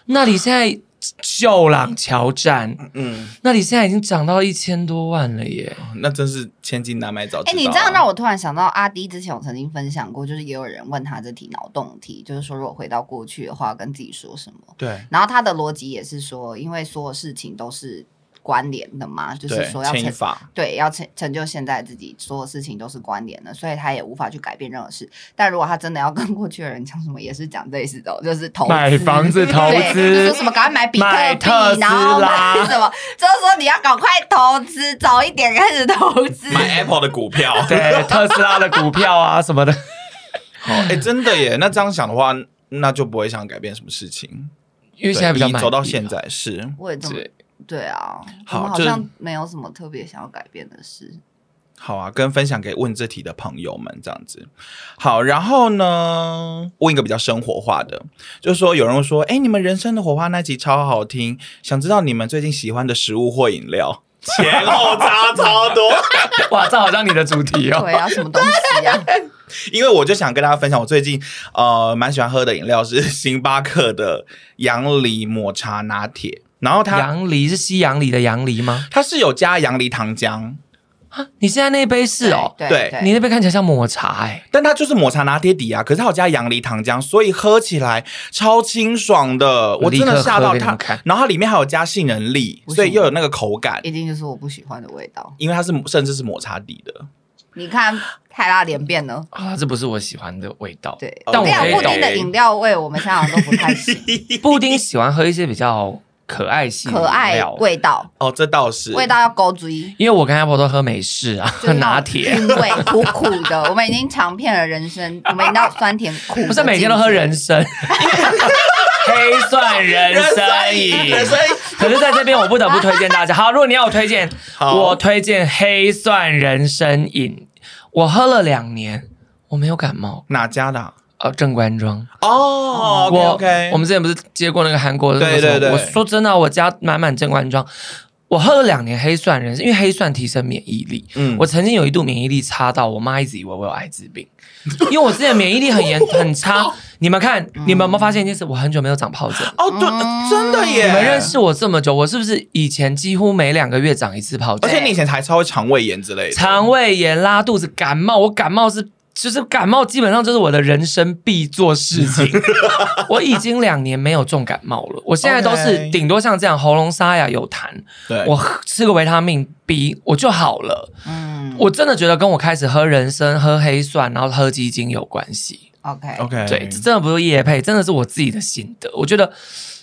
S2: 那里现在秀朗桥站，
S3: 嗯，
S2: 那里现在已经涨到一千多万了耶。
S3: 哎那真是千金难买早知道。啊
S1: 哎、你这
S2: 啊
S1: 样让
S3: 我
S1: 我突然想到阿迪之前我曾经分享过，就是也有人问他这题脑洞题，就是说如果回到过去的话，跟自己说什么？
S3: 对
S1: 然后他的逻辑也是说，因为所有事情都是关联的嘛，就是
S3: 对
S1: 说要
S3: 牵一
S1: 成
S3: 发，
S1: 对要成成就现在自己，所有事情都是关联的，所以他也无法去改变任何事。但如果他真的要跟过去的人讲什么，也是讲类似的哦，就是投资
S4: 买房子投
S1: 对，就
S4: 资
S1: 说，什么赶快买比
S4: 买特
S1: 特
S4: 斯
S1: 币，然后
S4: 拉
S1: 买什么，就是说你要赶快投资，早一点开始投资。
S3: 买 Apple 的股票。
S4: 对特斯拉的股票啊什么的，
S3: 好，哎，真的耶。那这样想的话，那就不会想改变什么事情。
S2: 因为现在比较啊
S3: 对以
S2: 满意
S3: 走到现，在是
S1: 我也这么
S2: 对
S1: 对啊，我
S3: 好
S1: 们好
S3: 这
S1: 像没有什么特别想要改变的事。
S3: 好啊，跟分享给问这题的朋友们这样子。好，然后呢，问一个比较生活化的，就是说有人会说，哎，你们人生的火花那集超好听，想知道你们最近喜欢的食物或饮料，前后差超多。
S2: 哇，这好像你的主题哦。
S1: 对啊，什么东西啊？
S3: 因为我就想跟大家分享，我最近呃蛮喜欢喝的饮料是星巴克的杨梨抹茶拿铁，然后它
S2: 杨梨是西洋梨的杨梨吗？
S3: 它是有加杨梨糖浆，
S2: 你现在那杯是哦，
S1: 对
S3: 对
S2: 你那杯看起来像抹茶哎、
S3: 但它就是抹茶拿铁底啊，可是它有加杨梨糖浆，所以喝起来超清爽的，我真的吓到
S2: 立刻喝给你
S3: 它
S2: 们看。
S3: 然后它里面还有加杏仁粒，
S1: 为什么
S3: 所以又有那个口感，
S1: 一定就是我不喜欢的味道。
S3: 因为它是甚至是抹茶底的。
S1: 你看泰拉连变呢？
S2: 啊，这不是我喜欢的味道。
S1: 对，
S2: 哦但我
S3: 啊
S1: 这样
S2: 可以
S1: 布
S2: 懂
S1: 丁的饮料味，我们香港都不太 行。
S2: 布丁喜欢喝一些比较可爱系的
S1: 可
S2: 饮
S1: 爱
S2: 料
S1: 味道，
S3: 哦，这倒是
S1: 味道要勾追，
S2: 因为我跟阿婆都喝美式啊
S1: 就是，那
S2: 拿
S1: 种
S2: 铁
S1: 韵味苦苦的。我们已经尝遍了人生，我们已经到酸甜苦。
S2: 不是每天都喝人， 参，黑蒜人参饮。
S3: 人参
S2: 可是在这边我不得不推荐大家，好，如果你要我推荐，
S3: 好
S2: 我推荐黑蒜人参饮。我喝了两年，我没有感冒。
S3: 哪家的啊？
S2: 呃，正官庄，
S3: 哦，OK
S2: 我
S3: OK，
S2: 我们之前不是接过那个韩国的那个
S3: 对
S2: 什么
S3: 对对
S2: 我说真的啊，我家满满正官庄，我喝了两年黑蒜人参，因为黑蒜提升免疫力。
S3: 嗯
S2: 我曾经有一度免疫力差到我妈一直以为我有艾滋病， 因为我之前免疫力很严很差。你们看，
S3: 嗯
S2: 你们有没有发现一件事？我很久没有长疱疹。
S3: 哦 对，
S1: 嗯
S3: 啊真的耶，
S2: 你们认识我这么久，我是不是以前几乎每两个月长一次疱
S3: 而
S2: 疹？
S3: 且你以前还超会肠胃炎之类的，
S2: 肠胃炎、拉肚子、感冒，我感冒是就是感冒，基本上就是我的人生必做事 情。我已经两年没有重感冒了，我现在都是
S3: OK
S2: 顶多像这样喉咙沙哑、有痰，
S3: 对，
S2: 我喝吃个维他命 B 我就好了。
S1: 嗯
S2: 我真的觉得跟我开始喝人参、喝黑蒜，然后喝鸡精有关系。
S1: ，OK，
S3: OK
S2: 对，这真的不是叶配，真的是我自己的心得。我觉得，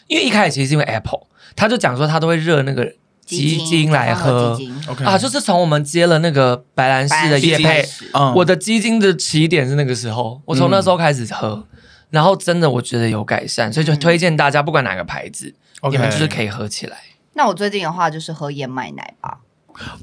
S2: 因为一开始其实是因为 Apple，他就讲说他都会热那个鸡精来喝。
S1: 鸡精
S3: OK
S2: 啊，就是从我们接了那个白兰氏的叶
S1: 白兰
S2: 配
S1: 氏，
S3: 嗯
S2: 我的基金的起点是那个时候，我从那时候开始喝，然后真的我觉得有改善，所以就推荐大家不管哪个牌子，你们就是可以喝起来。
S1: 那我最近的话就是喝燕麦奶吧，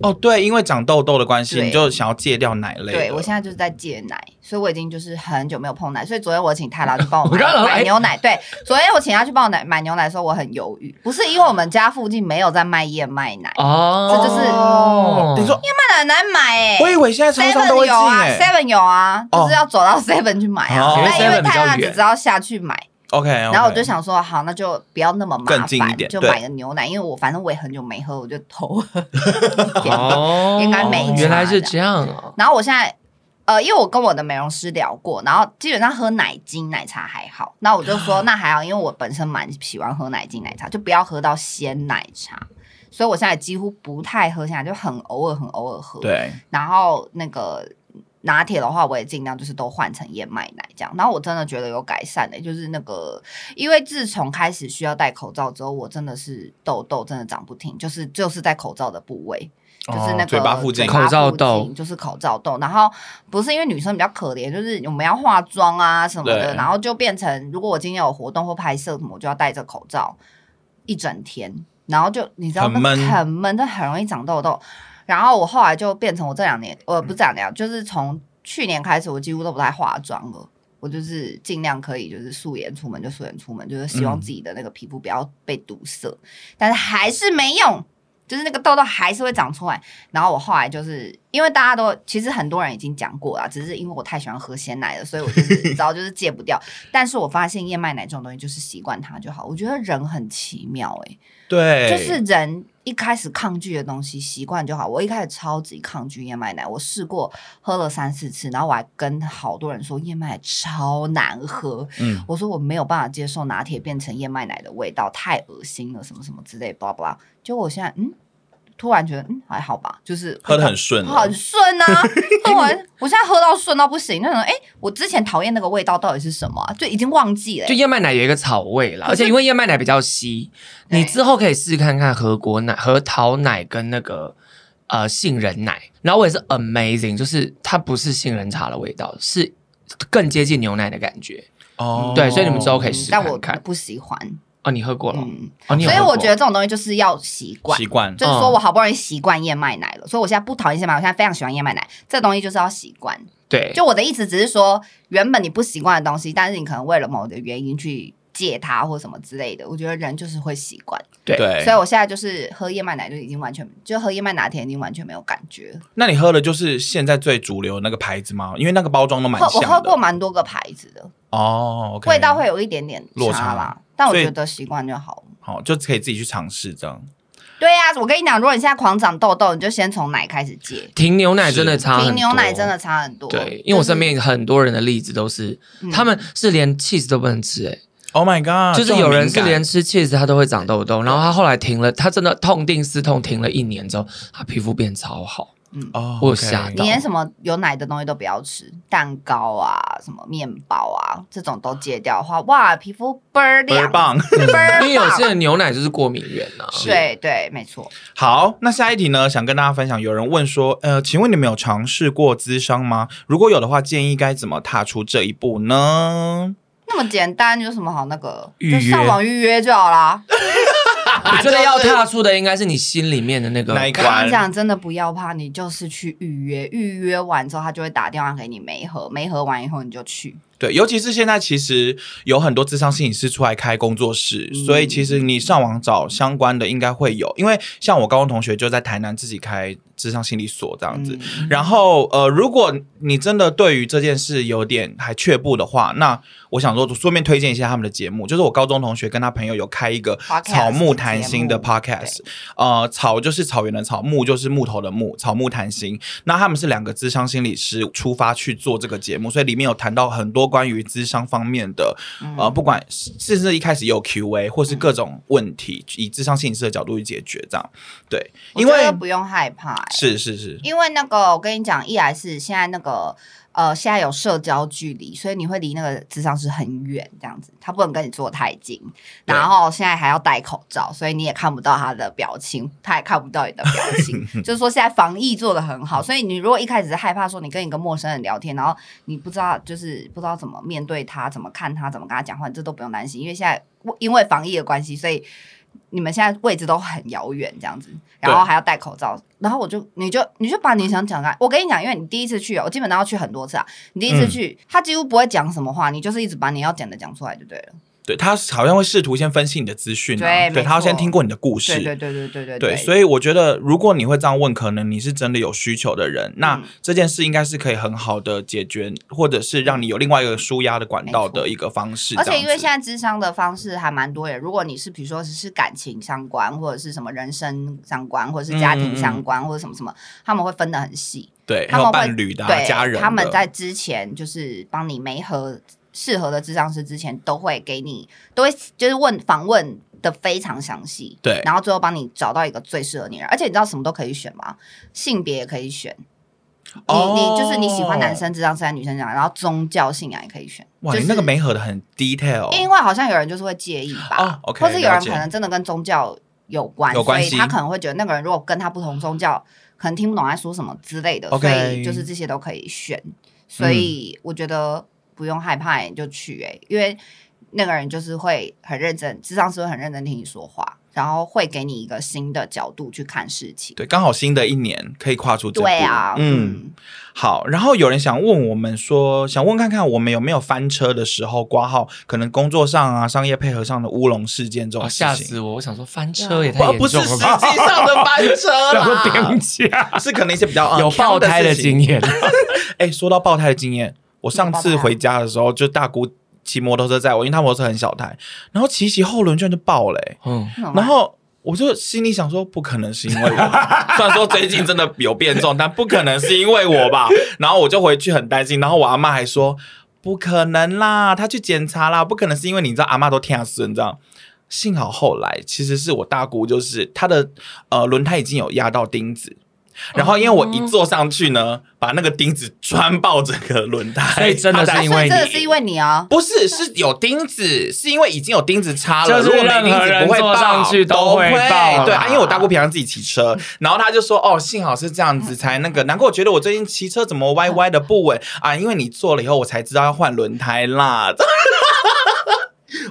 S3: 哦，对，因为长痘痘的关系，
S1: 对
S3: 你就想要戒掉奶类的。
S1: 对我现在就是在戒奶，所以我已经就是很久没有碰奶，所以昨天我请泰拉去帮我
S2: 我
S1: 买
S2: 刚刚
S1: 买
S2: 哎
S1: 牛奶。对，昨天我请他去帮我奶买牛奶的时候，我很犹豫，不是因为我们家附近没有在卖燕麦奶，
S2: 哦，
S1: 这就是
S2: 哦
S3: 你说，
S1: 燕麦奶很难买哎、
S3: 我以为现在超商都
S1: Seven
S3: 会
S1: 有
S3: 进
S1: 啊
S3: 哎
S1: ，Seven 有啊，
S3: 哦
S1: 就是要走到 Seven 去买啊
S3: 哦。
S1: 但因为
S2: 因为 7-Eleven
S1: 泰拉只
S2: 比较远
S1: 知道下去买，
S3: OK，
S1: 然后我就，想说，好，那就不要那么麻
S3: 更近一
S1: 烦，
S3: 点
S1: 就
S3: 对
S1: 买个牛奶，因为我反正我也很久没喝，我就 偷喝。
S2: 哦
S1: 应该没差
S2: 原来是这样啊。
S1: 然后我现在，呃，因为我跟我的美容师聊过，然后基本上喝奶精、奶茶还好。那我就
S3: 啊
S1: 说那还好，因为我本身蛮喜欢喝奶精、奶茶，就不要喝到鲜奶茶。所以我现在几乎不太喝，现在就很偶尔、很偶尔喝。。
S3: 对，
S1: 然后那个拿铁的话，我也尽量就是都换成燕麦奶这样。然后我真的觉得有改善的、就是那个，因为自从开始需要戴口罩之后，我真的是痘痘真的长不停，就是就是在口罩的部位。就是那个
S3: 哦嘴巴附近
S1: 嘴巴
S2: 口罩
S1: 附近
S2: 痘
S1: 就是口罩痘。然后不是因为女生比较可怜，就是我们要化妆啊什么的，
S3: 对
S1: 然后就变成如果我今天有活动或拍摄什么，我就要戴着口罩一整天，然后就你知道
S3: 很
S1: 那
S3: 闷
S1: 很闷，但很容易长痘痘。然后我后
S3: 嗯
S1: 来就变成我这两年，呃，不是这两年，就是从去年开始，我几乎都不太化妆了。我就是尽量可以就是素颜出门就素颜出门，就是希望自己的那个皮肤不要被堵塞，但是还是没用。就是那个痘痘还是会长出来，然后我后来就是因为大家都其实很多人已经讲过了，只是因为我太喜欢喝鲜奶了，所以我就是你知道就是戒不掉。 但是我发现燕麦奶这种东西就是习惯它就好。我觉得人很奇妙欸诶、
S2: 哎
S3: 对，
S1: 就是人一开始抗拒的东西，习惯就好。我一开始超级抗拒燕麦奶，我试过喝了三四次，然后我还跟好多人说燕麦奶超难喝。
S3: 嗯
S1: 我说我没有办法接受拿铁变成燕麦奶的味道，太恶心了，什么什么之类，巴拉巴拉。结果我现在嗯，突然觉得嗯还好吧，就是
S3: 喝的很顺
S2: 哦
S3: 了，
S1: 很顺 啊，喝完我现在喝到顺到不行，那种哎，诶我之前讨厌那个味道到底是什么啊、就已经忘记了、
S2: 就燕麦奶有一个草味啦，
S1: 可
S2: 而
S1: 是
S2: 且因为燕麦奶比较稀，
S1: 对
S2: 你之后可以试试看看核果奶、核桃奶跟那个呃杏仁奶。然后我也是 amazing，就是它不是杏仁茶的味道，是更接近牛奶的感觉。
S3: 哦
S2: 对，所以你们之后可以
S1: 嗯
S2: 试试
S1: 但我
S2: 看看。
S1: 不喜欢，
S2: 哦，你喝过了哦？
S1: 嗯。
S2: 哦，你有
S1: 所以
S2: 喝过
S1: 我觉得这种东西就是要习惯
S3: 习，惯嗯
S1: 就是说我好不容易习惯燕麦奶了，所以我现在不讨厌燕麦，我现在非常喜欢燕麦奶。这东西就是要习惯。
S2: 对，
S1: 就我的意思只是说，原本你不习惯的东西，但是你可能为了某的原因去戒它或什么之类的，我觉得人就是会习惯。
S2: 对
S1: 所以
S3: 对。
S1: 我现在就是喝燕麦奶就已经完全，就喝燕麦拿铁已经完全没有感觉。
S3: 那你喝的就是现在最主流的那个牌子吗？因为那个包装都蛮
S1: 喝我
S3: 像的。
S1: 喝过蛮多个牌子的，
S3: 哦，OK，
S1: 味道会有一点点
S3: 落
S1: 差
S3: 差
S1: 啦，但我
S3: 所以
S1: 觉得习惯就好了。
S3: 好，就可以自己去尝试这样。
S1: 对呀、我跟你讲，如果你现在狂长痘痘，你就先从奶开始戒。
S2: 停牛奶真的差很多，
S1: 瓶牛奶真的差很多。
S2: 对，因为我身边很多人的例子都是，
S1: 就是、嗯
S2: 他们是连 cheese 都不能吃、欸，
S3: Oh my god！
S2: 就是有人是连
S3: 这
S2: 吃 cheese 他都会长痘痘，然后他后来停了，他真的痛定思痛，停了一年之后，他皮肤变超 好。
S3: 么敏感哦，
S2: 我有
S3: OK
S2: 吓
S1: 你
S2: 到
S1: 连什么有奶的东西都不要吃，蛋糕啊、什么面包啊这种都戒掉的话，哇，皮肤倍儿
S3: 倍儿
S1: 亮，
S3: 棒。
S1: 倍儿
S2: 因为有些
S1: 棒。
S2: 人牛奶就是过敏源啊呐、
S3: 是
S1: 对对，没错。
S3: 好，那下一题呢？想跟大家分享，有人问说，呃，请问你们有尝试过咨商吗？如果有的话，建议该怎么踏出这一步呢？
S1: 那么简单，有什么好那个？
S2: 预
S1: 就
S2: 约
S1: 上网预约就好啦。
S3: 啊
S2: 我觉得要踏出的应该是你心里面的那个
S3: 那一
S1: 我
S3: 关
S1: 跟你讲，真的不要怕，你就是去预约，预约完之后他就会打电话给你没合，没合完以后你就去。
S3: 对，尤其是现在，其实有很多智商心理师出来开工作室，
S1: 嗯
S3: 所以其实你上网找相关的应该会有，因为像我高中同学就在台南自己开智商心理所这样子。
S1: 嗯
S3: 然后呃，如果你真的对于这件事有点还却步的话，那我想说顺便推荐一下他们的节目，就是我高中同学跟他朋友有开一个
S1: Podcast
S3: 草木谈心的
S1: 节目
S3: podcast，呃，草就是草原的草，木就是木头的木，草木谈心。那他们是两个智商心理师出发去做这个节目，所以里面有谈到很多关于智商方面的，
S1: 嗯
S3: 呃，不管甚至一开始也有 Q&A 或是各种问题，以智商心理师的角度去解决这样。对，
S1: 我
S3: 因
S1: 觉得
S3: 为
S1: 不用害怕、欸
S3: 是是是，
S1: 因为那个，我跟你讲，一来是现在那个呃，现在有社交距离，所以你会离那个智商是很远，这样子，他不能跟你坐太近。
S3: 对
S1: 然后现在还要戴口罩，所以你也看不到他的表情，他也看不到你的表情。就是说现在防疫做的很好，所以你如果一开始是害怕说你跟一个陌生人聊天，然后你不知道就是不知道怎么面对他，怎么看他，怎么跟他讲话，你这都不用担心，因为现在因为防疫的关系，所以你们现在位置都很遥远，这样子，然后还要戴口罩，然后我就你就你就把你想讲的，我跟你讲，因为你第一次去哦，我基本上要去很多次啊，你第一次去，他几乎不会讲什么话，你就是一直把你要讲的讲出来就对了。
S3: 对他好像会试图先分析你的资讯、啊，
S1: 对没
S3: 他要先
S1: 错
S3: 听过你的故事，
S1: 对对对对对对
S3: 对，所
S1: 以
S3: 以我觉得，如果你会这样问，可能你是真的有需求的人，那
S1: 嗯
S3: 这件事应该是可以很好的解决，或者是让你有另外一个舒压的管道
S1: 没错
S3: 的一个方式。
S1: 而且因为现
S3: 在
S1: 在智商的方式还蛮多的，如果你是比如说只是感情相关，或者是什么人生相关，或者是家庭相关，或者什么什么，他们会分得很细。
S3: 对，
S1: 他
S3: 还
S1: 们会
S3: 有伴侣的、啊、
S1: 对，
S3: 家人的，
S1: 他们在之前就是帮你没合适合的智商师之前，都会给你都会就是问访问的非常详细，
S3: 对
S1: 然后最后帮你找到一个最适合你的人，而且你知道什么都可以选吗？性别也可以选。你你就是你喜欢男生智商师还是女生智商，然后宗教信仰也可以选。
S3: 哦哇，
S1: 就
S3: 你
S1: 是
S3: 那个没合的很 detail，
S1: 因为好像有人就是会介意吧，
S3: 哦，OK，
S1: 或是有
S3: 了
S1: 人
S3: 解
S1: 可能真的跟宗教有关，
S3: 有关系
S1: 所以他可能会觉得那个人如果跟他不同宗教，可能听不懂他说什么之类的
S3: OK 嗯
S1: 所以就是这些都可以选，所以我觉得不用害欸怕、你就去哎、因为那个人就是会很认真，智商是会很认真听你说话，然后会给你一个新的角度去看事情。
S3: 对，刚好新的一年可以跨出这步。
S1: 对啊，
S3: 嗯，
S1: 嗯，
S3: 好，然后有人想问我们说，想问看看我们有没有翻车的时候挂号，可能工作上啊、商业配合上的乌龙事件这
S2: 哦
S3: 种
S2: 吓
S3: 事情，
S2: 死我！我想说翻车
S1: 对
S2: 也太
S3: 不
S2: 严
S3: 啊不是
S2: 重
S3: 实
S2: 了
S3: 际
S2: 吧？
S3: 上的翻车
S4: 然后
S3: 啦
S4: 评，价，
S3: 是可能一些比较、呃
S2: 有爆胎的
S3: 事情
S2: 经验，
S3: 哎、说到爆胎的经验，我上次
S1: 爆胎啊
S3: 回家的时候，就大姑骑摩托车载我，因为她摩托车很小台，然后骑骑后轮居然就爆了、欸，
S2: 嗯，
S1: 那种
S3: 然后。我就心里想说，不可能是因 为我，虽然说最近真的有变重，但不可能是因为我吧。然后我就回去很担心，然后我阿妈还说不可能啦，她去检查啦，不可能是因为你知道阿妈都听死，你知道。幸好后来其实是我大姑，就是她的呃轮胎已经有压到钉子，然后因为我
S1: 哦
S3: 一坐上去呢，把那个钉子穿爆整个轮胎，
S2: 所以真的
S3: 她才
S2: 是因
S1: 所
S2: 为
S1: 以
S2: 你
S1: 真的是因为你啊，
S3: 不是，是有钉子，是因为已经有钉子插了。
S2: 就是
S3: 如果没钉子不会
S2: 任何人坐
S3: 爆
S2: 上去
S3: 都
S2: 都会爆啦
S3: 对啊，因为我大姑平常自己骑车，然后她就说：“哦，幸好是这样子才那个。”难怪我觉得我最近骑车怎么歪歪的不稳啊，因为你坐了以后，我才知道要换轮胎啦。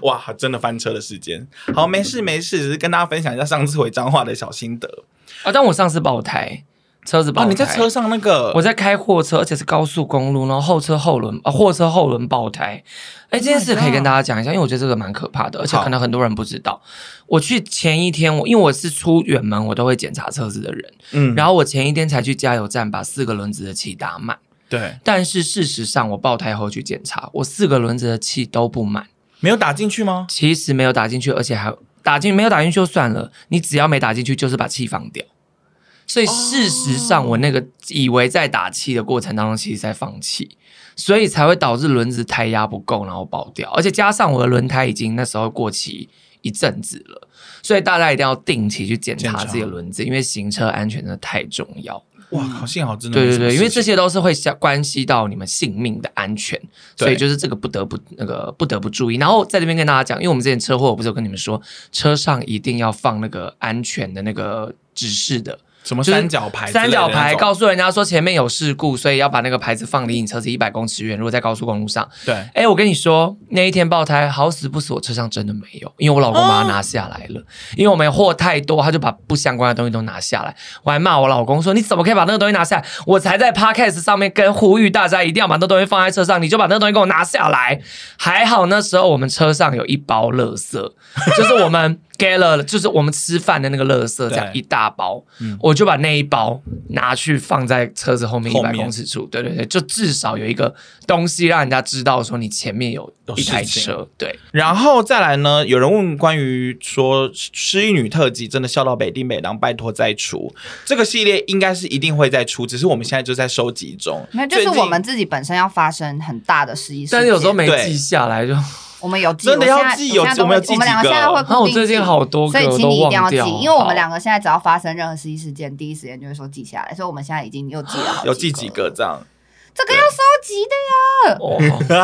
S3: 哇，真的翻车的时间。好，没事没事，只是跟大家分享一下上次回彰化的小心得。
S2: 啊，但我上次爆胎，车子爆
S3: 哦，
S2: 胎，
S3: 你在车上那个
S2: 我在开货车，而且是高速公路，然后后车后轮啊，货车后轮爆胎。哎，这件事可以跟大家讲一下，因为我觉得这个蛮可怕的，而且
S3: Oh 好
S2: 可能很多人不知道。我去前一天，我因为我是出远门，我都会检查车子的人，
S3: 嗯，
S2: 然
S3: 后
S2: 后我前一天才去加油站把四个轮子的气打满。
S3: 对，
S2: 但是事实上，我爆胎后去检查，我四个轮子的气都不满，
S3: 没有打进去吗？
S2: 其实没有打进去，而且还打进没有打进去就算了，你只要没打进去，就是把气放掉。所以事实上，我那个以为在打气的过程当中，其实在放气，所以才会导致轮子胎压不够，然后爆掉。而且加上我的轮胎已经那时候过期一阵子了，所以大家一定要定期去检
S3: 检查
S2: 查自己的轮子，因为行车安全真的太重要。
S3: 哇，好幸好真的
S2: 对
S3: 没
S2: 嗯对
S3: 什么
S2: 对，因为这
S3: 事情
S2: 些都是会相关系到你们性命的安全，
S3: 对
S2: 所以就是这个不得不那个不得不注意。然后在这边跟大家讲，因为我们之前车祸，我不是有跟你们说，车上一定要放那个安全的那个指示的
S3: 什么
S2: 就是
S3: 三角牌之类的
S2: 三
S3: 那种、
S2: 角牌，告诉人家说前面有事故，所以要把那个牌子放离你车子一百公尺远。如果在高速公路上，
S3: 对。
S2: 哎，我跟你说，那一天爆胎，好死不死，我车上真的没有，因为我老公把它拿下来了，因为我们货太多，他就把不相关的东西都拿下来。我还骂我老公说：“你怎么可以把那个东西拿下来？我才在 podcast 上面跟呼吁大家一定要把那东西放在车上，你就把那东西给我拿下来。”还好那时候我们车上有一包垃圾，就是我们 给了，就是我们吃饭的那个垃圾，这样
S3: 对
S2: 一大包，我就把那一包拿去放在车子后面一
S3: 后
S2: 百
S3: 面
S2: 公尺处，对对对，就至少有一个东西让人家知道说你前面有
S3: 有
S2: 一台
S3: 事情
S2: 车，对，
S3: 然后再来呢，有人问关于说失忆女特辑，真的笑到北地北狼，拜托再出这个系列，应该是一定会再出，只是我们现在就在收集中。
S1: 没有，就是
S3: 最近
S1: 我们自己本身要发生很大的失忆事件，
S2: 但是有时候没
S3: 对
S2: 记下 来就，
S1: 我们有记，
S3: 真的要
S1: 我现在
S3: 记有
S1: 我现在都
S3: 我们有
S1: 会
S3: 记
S1: 我们两
S3: 几
S1: 个
S3: 个
S1: 现在会
S2: 然后
S1: 固
S2: 啊我
S1: 定
S2: 最近
S1: 记
S2: 好多
S1: 所
S2: 个
S1: 以
S2: 我
S1: 请
S2: 都
S1: 你一定要
S2: 忘
S1: 记
S2: 掉，，
S1: 因为我们
S2: 好
S1: 两个现在只要发生任何失忆事件，第一时间就会说记下来，所以我们现在已经又记了好
S3: 有记几
S1: 几
S3: 个，这样，
S1: 这个要收集的。
S2: 哦。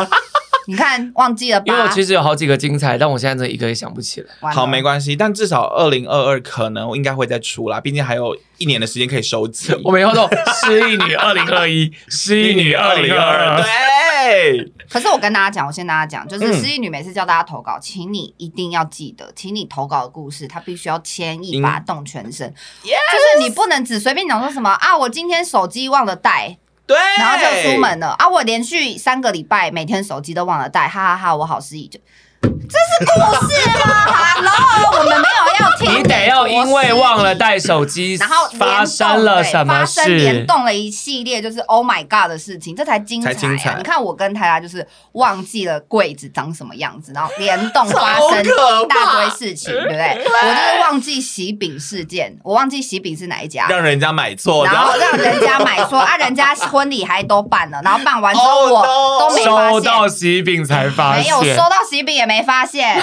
S1: 你看，忘记了吧？
S2: 因为我其实有好几个精彩，但我现在真的一个也想不起来。
S1: 完了
S3: 好没关系，但至少二零二二可能应该会再出啦，毕竟还有一年的时间可以收集。
S2: 我们以后 都失忆女二零二一，失忆女二零二二，
S3: 对，
S1: 可是我跟大家讲，我先跟大家讲，就是
S3: 嗯
S1: 失忆女每次叫大家投稿，请你一定要记得，请你投稿的故事，它必须要牵一发动全身，就是你不能只随便讲说什么啊，我今天手机忘了带，
S3: 对，
S1: 然后就出门了啊，我连续三个礼拜每天手机都忘了带，哈哈哈，我好失 忆就。这是故事吗？Hello，我们没有要听
S2: 你得要因为忘 了
S1: 带。
S2: 带手机，
S1: 然后联动
S2: 发生了
S1: 对
S2: 什么
S1: 发生联
S2: 事？
S1: 动了一系列就是 Oh my God 的事情，这才精彩、啊。
S3: 才精彩
S1: 你看我跟台达就是忘记了柜子长什么样子，然后联动发
S3: 超
S1: 生
S3: 可怕
S1: 大堆事情，对不对？我就是忘记喜饼事件，我忘记喜饼是哪一家。
S3: 让人家买错，
S1: 然
S3: 哦然
S1: 后
S3: 后
S1: 让人家买说啊，人家婚礼还都办了，然后办完之后
S3: Oh no
S1: 我都没发
S2: 收到
S1: 现，
S2: 喜饼才发
S1: 没有
S2: 现
S1: 收，到喜饼也没发现，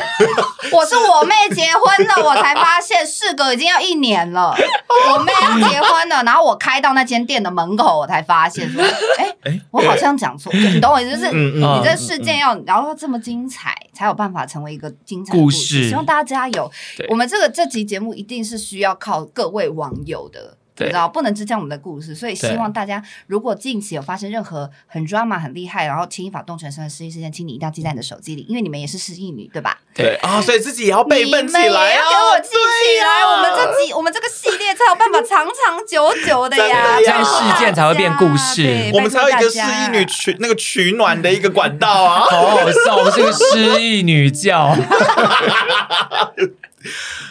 S1: 我是我妹结婚了，我才发现事隔已经要一年了，我妹要结婚了，然后我开到那间店的门口，我才发现说，哎、
S3: 哎
S1: 我好像讲错，你懂我意思，就是
S3: 嗯嗯
S1: 你这事件要，然后要这么精彩，才有办法成为一个精彩的
S2: 故
S1: 故
S2: 事
S1: 希望大家加油
S2: 对，
S1: 我们这个这集节目一定是需要靠各位网友的你
S2: 对
S1: 知道不能只讲我们的故事，所以希
S2: 对
S1: 望大家如果近期有发生任何很 drama 很厉害，然后牵一发动全身的失忆事件，请你一定要记在你的手机里，因为你们也是失忆女，对吧？
S3: 对啊，所以自己也要备份起
S1: 你们
S3: 来
S1: 也
S3: 啊
S1: 要给我记起来，
S3: 对啊
S1: 我们这集我们这个系列才有办法长长久久的呀，拜托
S3: 真的呀这
S1: 大
S3: 样
S2: 事件才会变故事
S1: 家对
S3: 我们才有一个
S1: 哎拜托
S3: 失
S1: 大
S3: 忆
S1: 家
S3: 女取那个取暖的一个管道啊。
S2: 好好笑，我们是个失忆 女教。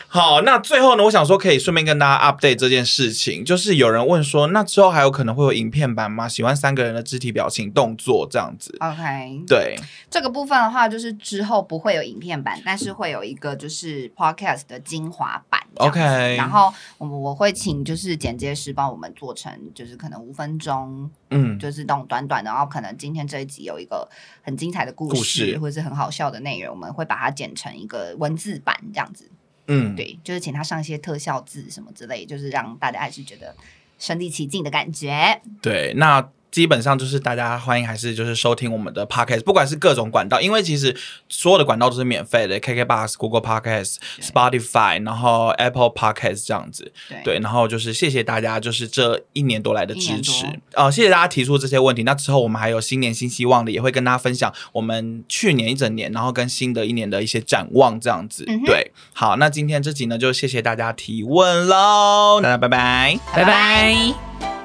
S3: 好，那最后呢，我想说可以顺便跟大家 update 这件事情，就是有人问说，那之后还有可能会有影片版吗？喜欢三个人的肢体表情、动作这样子。
S1: OK，
S3: 对，
S1: 这个部分的话，就是之后不会有影片版，但是会有一个就是 podcast 的精华版这样子。
S3: OK
S1: 然后我我会请就是剪接师帮我们做成，就是可能五分钟，
S3: 嗯，
S1: 就是那种短短的，然后可能今天这一集有一个很精彩的故事，
S3: 故事
S1: 或者是很好笑的内容，我们会把它剪成一个文字版这样子。
S3: 嗯，
S1: 对，就是请他上一些特效字什么之类，就是让大家还是觉得身临其境的感觉。
S3: 对，那。基本上就是大家欢迎还是就是收听我们的 podcast，不管是各种管道，因为其实所有的管道都是免费的，KK Bus、Google Podcast、Spotify，然后 Apple Podcast 这样子。
S1: 对
S3: 对，然后就是谢谢大家，就是这一年多来的
S1: 一
S3: 支
S1: 年
S3: 持
S1: 多，
S3: 呃，谢谢大家提出这些问题。那之后我们还有新年新希望的，也会跟大家分享我们去年一整年，然后跟新的一年的一些展望这样子。
S1: 嗯哼
S3: 对，好，那今天这集呢，就谢谢大家提问喽，大家拜拜。
S2: 拜拜。